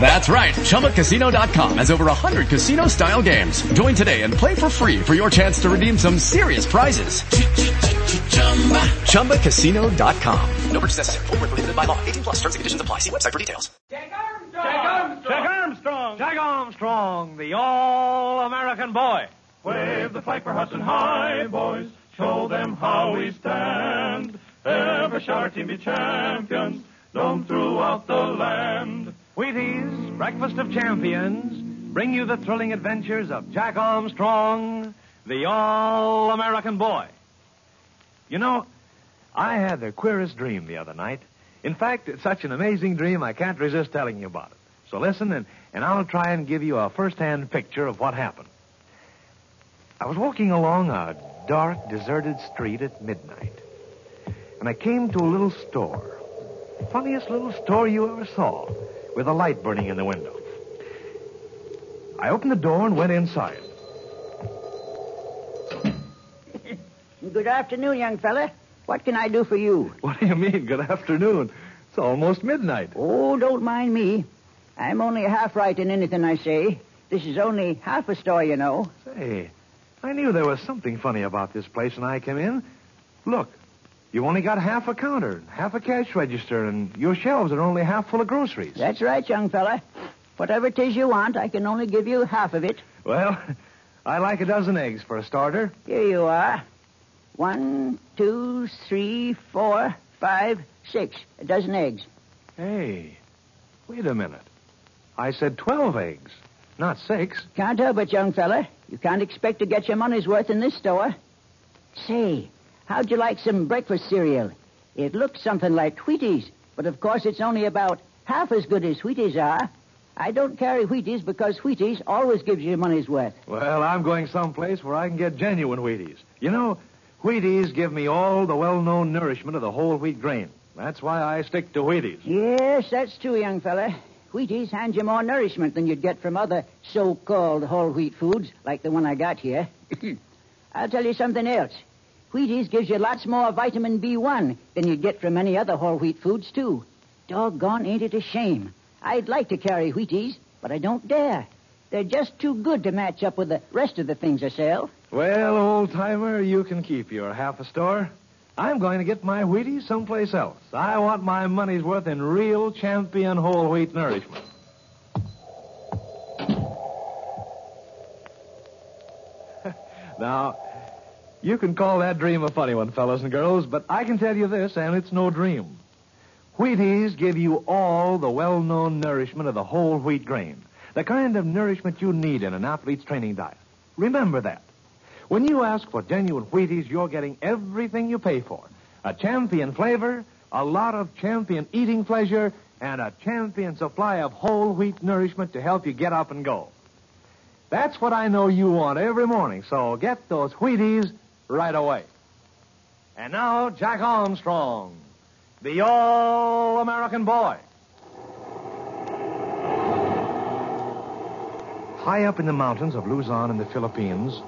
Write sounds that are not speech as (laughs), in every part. That's right, ChumbaCasino.com has over 100 casino style games. Join today and play for free for your chance to redeem some serious prizes. ChumbaCasino.com. No purchase necessary, forward prohibited by law, 18 plus terms and conditions apply. See website for details. Jack Armstrong. Jack Armstrong. Jack Armstrong, the all-American boy. Wave the flag for Hudson High, boys. Show them how we stand. Every shark team be champions, known throughout the land. Wheaties, breakfast of champions, bring you the thrilling adventures of Jack Armstrong, the all-American boy. You know, I had the queerest dream the other night. In fact, it's such an amazing dream, I can't resist telling you about it. So listen, and, and I'll try and give you a first-hand picture of what happened. I was walking along a dark, deserted street at midnight, and I came to a little store. Funniest little store you ever saw, with a light burning in the window. I opened the door and went inside. (laughs) Good afternoon, young fella. What can I do for you? What do you mean, good afternoon? It's almost midnight. Oh, don't mind me. I'm only half right in anything I say. This is only half a store, you know. Say, I knew there was something funny about this place when I came in. Look, you've only got half a counter, half a cash register, and your shelves are only half full of groceries. That's right, young fella. Whatever it is you want, I can only give you half of it. Well, (laughs) I like a dozen eggs for a starter. Here you are. One, two, three, four, five, six. A dozen eggs. Hey, wait a minute. I said 12 eggs, not six. Can't help it, young fella. You can't expect to get your money's worth in this store. Say, how'd you like some breakfast cereal? It looks something like Wheaties, but of course it's only about half as good as Wheaties are. I don't carry Wheaties because Wheaties always gives you your money's worth. Well, I'm going someplace where I can get genuine Wheaties. You know, Wheaties give me all the well-known nourishment of the whole wheat grain. That's why I stick to Wheaties. Yes, that's true, young fella. Wheaties hand you more nourishment than you'd get from other so-called whole wheat foods, like the one I got here. I'll tell you something else. Wheaties gives you lots more vitamin B1 than you'd get from any other whole wheat foods, too. Doggone, ain't it a shame? I'd like to carry Wheaties, but I don't dare. They're just too good to match up with the rest of the things I sell. Well, old timer, you can keep your half a store. I'm going to get my Wheaties someplace else. I want my money's worth in real champion whole wheat nourishment. (laughs) now, you can call that dream a funny one, fellas and girls, but I can tell you this, and it's no dream. Wheaties give you all the well-known nourishment of the whole wheat grain, the kind of nourishment you need in an athlete's training diet. Remember that. When you ask for genuine Wheaties, you're getting everything you pay for. A champion flavor, a lot of champion eating pleasure, and a champion supply of whole wheat nourishment to help you get up and go. That's what I know you want every morning, so get those Wheaties right away. And now, Jack Armstrong, the All-American Boy. High up in the mountains of Luzon in the Philippines,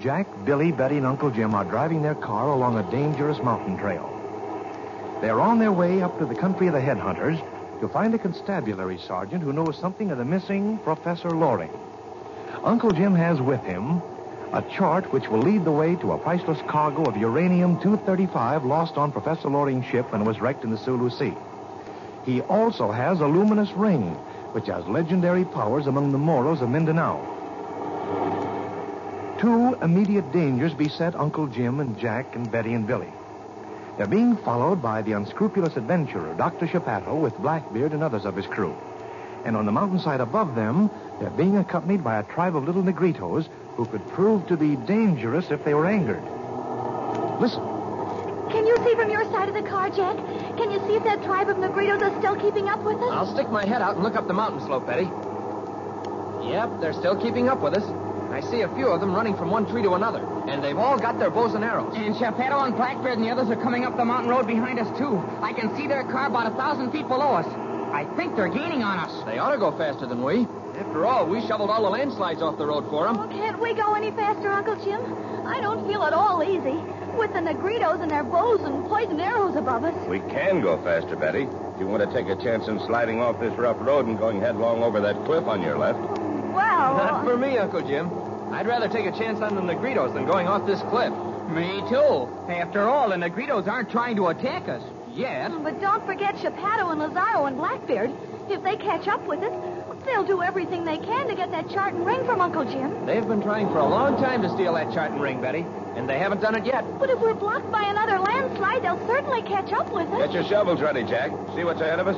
Jack, Billy, Betty, and Uncle Jim are driving their car along a dangerous mountain trail. They're on their way up to the country of the headhunters to find a constabulary sergeant who knows something of the missing Professor Loring. Uncle Jim has with him a chart which will lead the way to a priceless cargo of uranium 235 lost on Professor Loring's ship when it was wrecked in the Sulu Sea. He also has a luminous ring, which has legendary powers among the Moros of Mindanao. Two immediate dangers beset Uncle Jim and Jack and Betty and Billy. They're being followed by the unscrupulous adventurer, Dr. Geppetto, with Blackbeard and others of his crew. And on the mountainside above them, they're being accompanied by a tribe of little Negritos who could prove to be dangerous if they were angered. Listen. Can you see from your side of the car, Jack? Can you see if that tribe of Negritos are still keeping up with us? I'll stick my head out and look up the mountain slope, Betty. Yep, they're still keeping up with us. I see a few of them running from one tree to another, and they've all got their bows and arrows. And Geppetto and Blackbeard and the others are coming up the mountain road behind us, too. I can see their car about a thousand feet below us. I think they're gaining on us. They ought to go faster than we. After all, we shoveled all the landslides off the road for them. Oh, can't we go any faster, Uncle Jim? I don't feel at all easy. With the Negritos and their bows and poison arrows above us. We can go faster, Betty. If you want to take a chance in sliding off this rough road and going headlong over that cliff on your left. Well. Not for me, Uncle Jim. I'd rather take a chance on the Negritos than going off this cliff. Me, too. After all, the Negritos aren't trying to attack us. Yet. But don't forget Geppetto and Lazaro and Blackbeard. If they catch up with us, they'll do everything they can to get that chart and ring from Uncle Jim. They've been trying for a long time to steal that chart and ring, Betty, and they haven't done it yet. But if we're blocked by another landslide, they'll certainly catch up with us. Get your shovels ready, Jack. See what's ahead of us?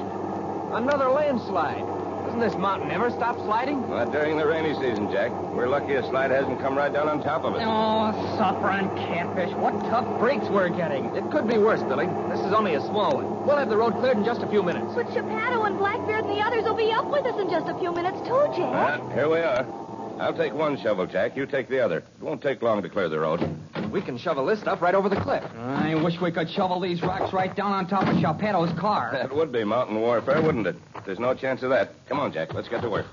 Another landslide. Doesn't this mountain ever stop sliding? Not during the rainy season, Jack. We're lucky a slide hasn't come right down on top of us. Oh, suffering catfish. What tough breaks we're getting. It could be worse, Billy. This is only a small one. We'll have the road cleared in just a few minutes. But Geppetto and Blackbeard and the others will be up with us in just a few minutes, too, Jack. Ah, here we are. I'll take one shovel, Jack. You take the other. It won't take long to clear the road. We can shovel this stuff right over the cliff. I wish we could shovel these rocks right down on top of Geppetto's car. (laughs) That would be mountain warfare, wouldn't it? There's no chance of that. Come on, Jack. Let's get to work.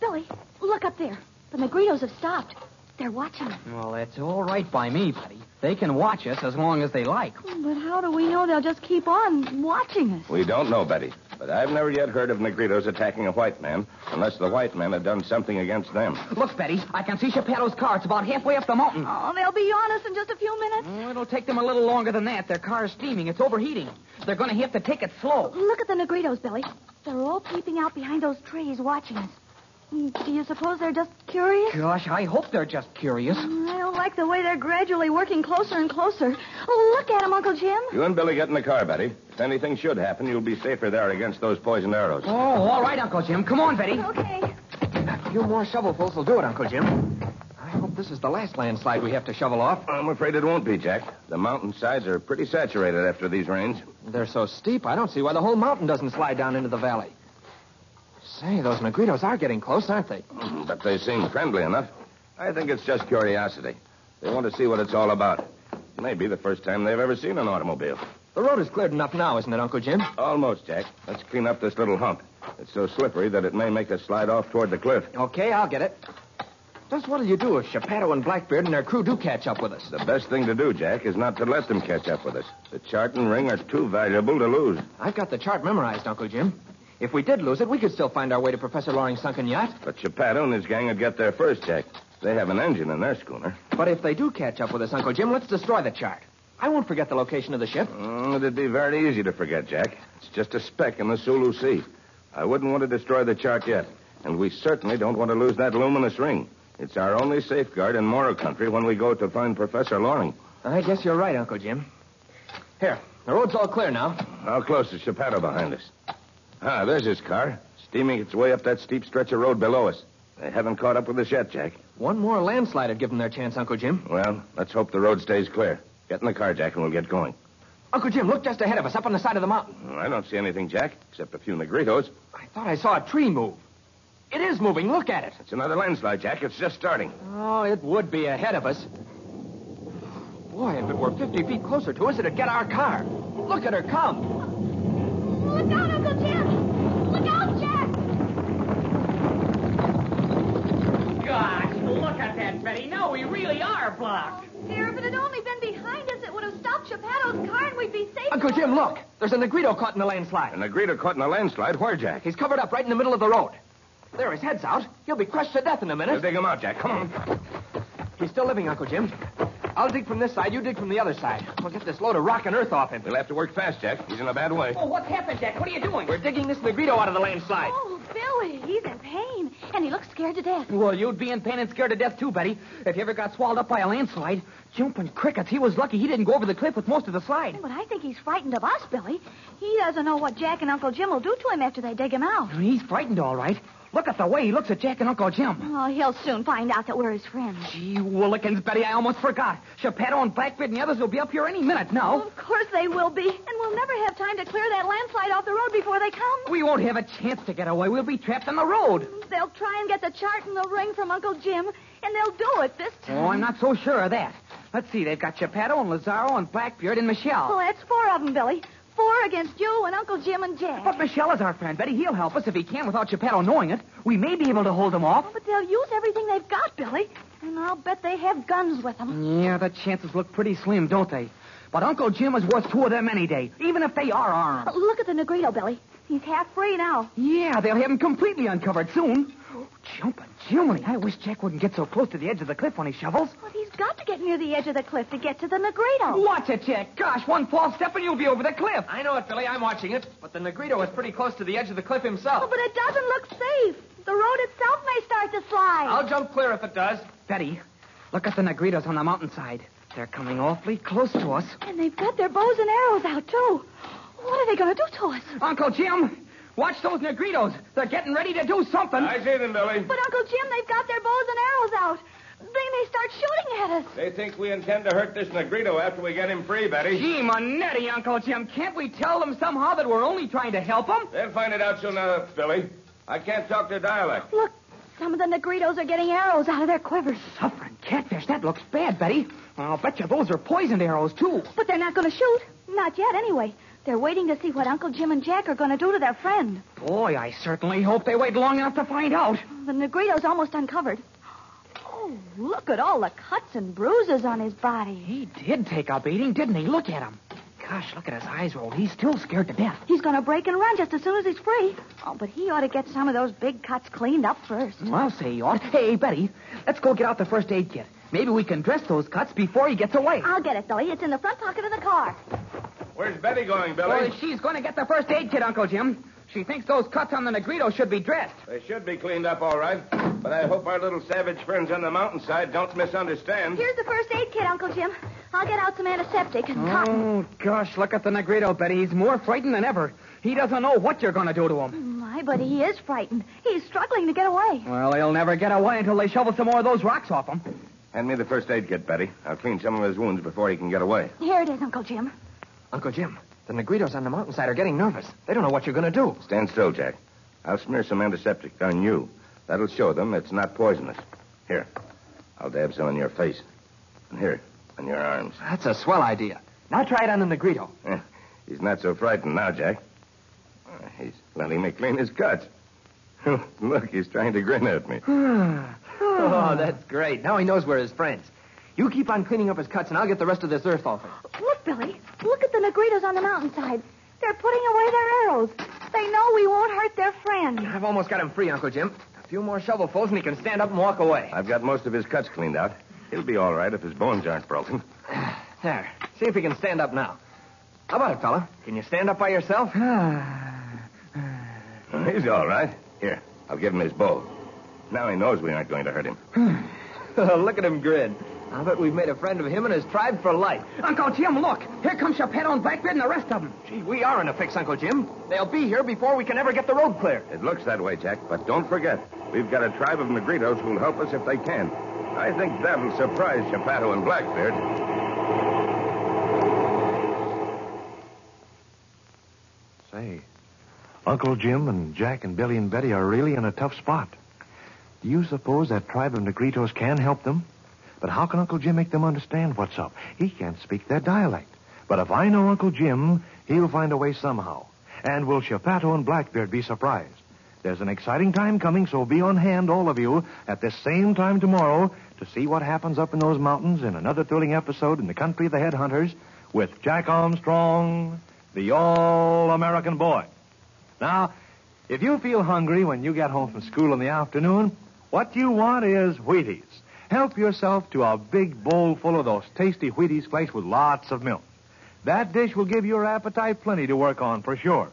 Billy, look up there. The Negritos have stopped. They're watching us. Well, that's all right by me, buddy. They can watch us as long as they like. Hmm, But how do we know they'll just keep on watching us? We don't know, Betty. But I've never yet heard of Negritos attacking a white man unless the white men have done something against them. Look, Betty, I can see Geppetto's car. It's about halfway up the mountain. Oh, they'll be on us in just a few minutes. Oh, it'll take them a little longer than that. Their car's steaming. It's overheating. They're going to have to take it slow. Look at the Negritos, Billy. They're all peeping out behind those trees watching us. Hmm, Do you suppose they're just curious? Gosh, I hope they're just curious. I don't like the way they're gradually working closer and closer. Oh, look at them, Uncle Jim. You and Billy get in the car, Betty. If anything should happen, you'll be safer there against those poisoned arrows. Oh, all right, Uncle Jim. Come on, Betty. Okay. A few more shovelfuls will do it, Uncle Jim. I hope this is the last landslide we have to shovel off. I'm afraid it won't be, Jack. The mountainsides are pretty saturated after these rains. They're so steep, I don't see why the whole mountain doesn't slide down into the valley. Say, those Negritos are getting close, aren't they? Hmm, But they seem friendly enough. I think it's just curiosity. They want to see what it's all about. It may be the first time they've ever seen an automobile. The road is cleared enough now, isn't it, Uncle Jim? Almost, Jack. Let's clean up this little hump. It's so slippery that it may make us slide off toward the cliff. Okay, I'll get it. Just what'll you do if Geppetto and Blackbeard and their crew do catch up with us? The best thing to do, Jack, is not to let them catch up with us. The chart and ring are too valuable to lose. I've got the chart memorized, Uncle Jim. If we did lose it, we could still find our way to Professor Loring's sunken yacht. But Geppetto and his gang would get there first, Jack. They have an engine in their schooner. But if they do catch up with us, Uncle Jim, let's destroy the chart. I won't forget the location of the ship. Mm, it'd be very easy to forget, Jack. It's just a speck in the Sulu Sea. I wouldn't want to destroy the chart yet. And we certainly don't want to lose that luminous ring. It's our only safeguard in Moro country when we go to find Professor Loring. I guess you're right, Uncle Jim. Here, the road's all clear now. How close is Geppetto behind us? Ah, there's his car. Steaming its way up that steep stretch of road below us. They haven't caught up with us yet, Jack. One more landslide would give them their chance, Uncle Jim. Well, let's hope the road stays clear. Get in the car, Jack, and we'll get going. Hmm, Uncle Jim, look just ahead of us, up on the side of the mountain. I don't see anything, Jack, except a few Negritos. I thought I saw a tree move. It is moving. Look at it. It's another landslide, Jack. It's just starting. Oh, it would be ahead of us. Boy, if it were 50 feet closer to us, it'd get our car. Look at her come. Look out, Uncle Jim! Look out, Jack! Gosh, look at that, Betty. Now we really are blocked. Dear, if it had only been behind us, it would have stopped Geppetto's car and we'd be safe. Uncle Jim, look. There's a Negrito caught in the landslide. And the greeter caught in a landslide. Where, Jack? He's covered up right in the middle of the road. There, his head's out. He'll be crushed to death in a We'll minute. dig him out, Jack. Come on. He's still living, Uncle Jim. I'll dig from this side, you dig from the other side. We'll get this load of rock and earth off him. We'll have to work fast, Jack. He's in a bad way. Oh, what's happened, Jack? What are you doing? We're digging this Negrito out of the landslide. Oh, Billy, he's in pain. And he looks scared to death. Well, you'd be in pain and scared to death, too, Betty. If you ever got swallowed up by a landslide, Jumping crickets. He was lucky he didn't go over the cliff with most of the slide. But I think he's frightened of us, Billy. He doesn't know what Jack and Uncle Jim will do to him after they dig him out. He's frightened, all right. Look at the way he looks at Jack and Uncle Jim. Oh, he'll soon find out that we're his friends. Gee willikins, Betty, I almost forgot. Geppetto and Blackbeard and the others will be up here any minute now. Of course they will be. And we'll never have time to clear that landslide off the road before they come. We won't have a chance to get away. We'll be trapped on the road. They'll try and get the chart and the ring from Uncle Jim, and they'll do it this time. Oh, I'm not so sure of that. Let's see, they've got Geppetto and Lazaro and Blackbeard and Well, Michelle. Oh, that's four of them, Billy. Four against you and Uncle Jim and Jack. But Michelle is our friend, Betty. He'll help us if he can without Geppetto knowing it. We may be able to hold him off. But they'll use everything they've got, Billy. And I'll bet they have guns with them. Yeah, the chances look pretty slim, don't they? But Uncle Jim is worth two of them any day, even if they are armed. Look at the Negrito, Billy. He's half free now. Yeah, they'll have him completely uncovered soon. Jumping Jiminy, I wish Jack wouldn't get so close to the edge of the cliff when he shovels. But he's got to get near the edge of the cliff to get to the Negrito. Watch it, Jack. Gosh, one false step and you'll be over the cliff. I know it, Billy. I'm watching it. But the Negrito is pretty close to the edge of the cliff himself. Oh, but it doesn't look safe. The road itself may start to slide. I'll jump clear if it does. Betty, look at the Negritos on the mountainside. They're coming awfully close to us. And they've got their bows and arrows out, too. What are they going to do to us? Uncle Jim, watch those Negritos. They're getting ready to do something. I see them, Billy. But, Uncle Jim, they've got their bows and arrows out. They may start shooting at us. They think we intend to hurt this Negrito after we get him free, Betty. Gee, Manetti, Uncle Jim, can't we tell them somehow that we're only trying to help them? They'll find it out soon enough, Billy. I can't talk their dialect. Look, some of the Negritos are getting arrows out of their quivers. Suffering catfish, that looks bad, Betty. I'll bet you those are poisoned arrows, too. But they're not going to shoot. Not yet, anyway. They're waiting to see what Uncle Jim and Jack are going to do to their friend. Boy, I certainly hope they wait long enough to find out. The Negrito's almost uncovered. Oh, look at all the cuts and bruises on his body. He did take a beating, didn't he? Look at him. Gosh, look at his eyes roll. He's still scared to death. He's going to break and run just as soon as he's free. Oh, but he ought to get some of those big cuts cleaned up first. Well, I'll say he ought. Hey, Betty, let's go get out the first aid kit. Maybe we can dress those cuts before he gets away. I'll get it, Billy. It's in the front pocket of the car. Where's Betty going, Billy? Well, she's going to get the first aid kit, Uncle Jim. She thinks those cuts on the Negrito should be dressed. They should be cleaned up all right. But I hope our little savage friends on the mountainside don't misunderstand. Here's the first aid kit, Uncle Jim. I'll get out some antiseptic and cotton. Oh, gosh, look at the Negrito, Betty. He's more frightened than ever. He doesn't know what you're going to do to him. My, but he is frightened. He's struggling to get away. Well, he'll never get away until they shovel some more of those rocks off him. Hand me the first aid kit, Betty. I'll clean some of his wounds before he can get away. Here it is, Uncle Jim. Uncle Jim, the Negritos on the mountainside are getting nervous. They don't know what you're going to do. Stand still, Jack. I'll smear some antiseptic on you. That'll show them it's not poisonous. Here, I'll dab some on your face. And here, on your arms. That's a swell idea. Now try it on the Negrito. Eh, He's not so frightened now, Jack. Uh, He's letting me clean his cuts. (laughs) Look, he's trying to grin at me. (sighs) Oh, that's great. Now he knows we're his friends. You keep on cleaning up his cuts, and I'll get the rest of this earth off him. Look, Billy. Look at the Negritos on the mountainside. They're putting away their arrows. They know we won't hurt their friend. I've almost got him free, Uncle Jim. A few more shovelfuls, and he can stand up and walk away. I've got most of his cuts cleaned out. He'll be all right if his bones aren't broken. (sighs) There. See if he can stand up now. How about it, fella? Can you stand up by yourself? (sighs) Uh, He's all right. Here, I'll give him his bowl. Now he knows we aren't going to hurt him. (laughs) Look at him grin. I'll bet we've made a friend of him and his tribe for life. Uncle Jim, look. Here comes Geppetto and Blackbeard and the rest of them. Gee, we are in a fix, Uncle Jim. They'll be here before we can ever get the road clear. It looks that way, Jack, but don't forget, we've got a tribe of Negritos who'll help us if they can. I think that'll surprise Geppetto and Blackbeard. Say, Uncle Jim and Jack and Billy and Betty are really in a tough spot. Do you suppose that tribe of Negritos can help them? But how can Uncle Jim make them understand what's up? He can't speak their dialect. But if I know Uncle Jim, he'll find a way somehow. And will Geppetto and Blackbeard be surprised? There's an exciting time coming, so be on hand, all of you, at this same time tomorrow to see what happens up in those mountains in another thrilling episode in the Country of the Headhunters with Jack Armstrong, the All-American Boy. Now, if you feel hungry when you get home from school in the afternoon, what you want is Wheaties. Help yourself to a big bowl full of those tasty Wheaties flakes with lots of milk. That dish will give your appetite plenty to work on for sure.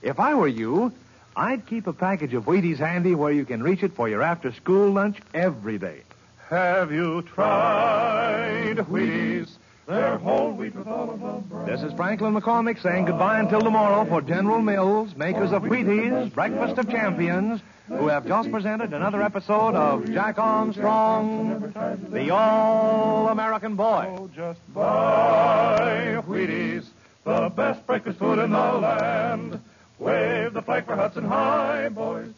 If I were you, I'd keep a package of Wheaties handy where you can reach it for your after school lunch every day. Have you tried Wheaties? They're whole wheat with olive oil. This is Franklin McCormick saying goodbye until tomorrow for General Mills, makers of Wheaties, Breakfast of Champions, who have just presented another episode of Jack Armstrong, the All American Boy. Oh, Buy Wheaties, the best breakfast food in the land. Wave the flag for Hudson High, boys.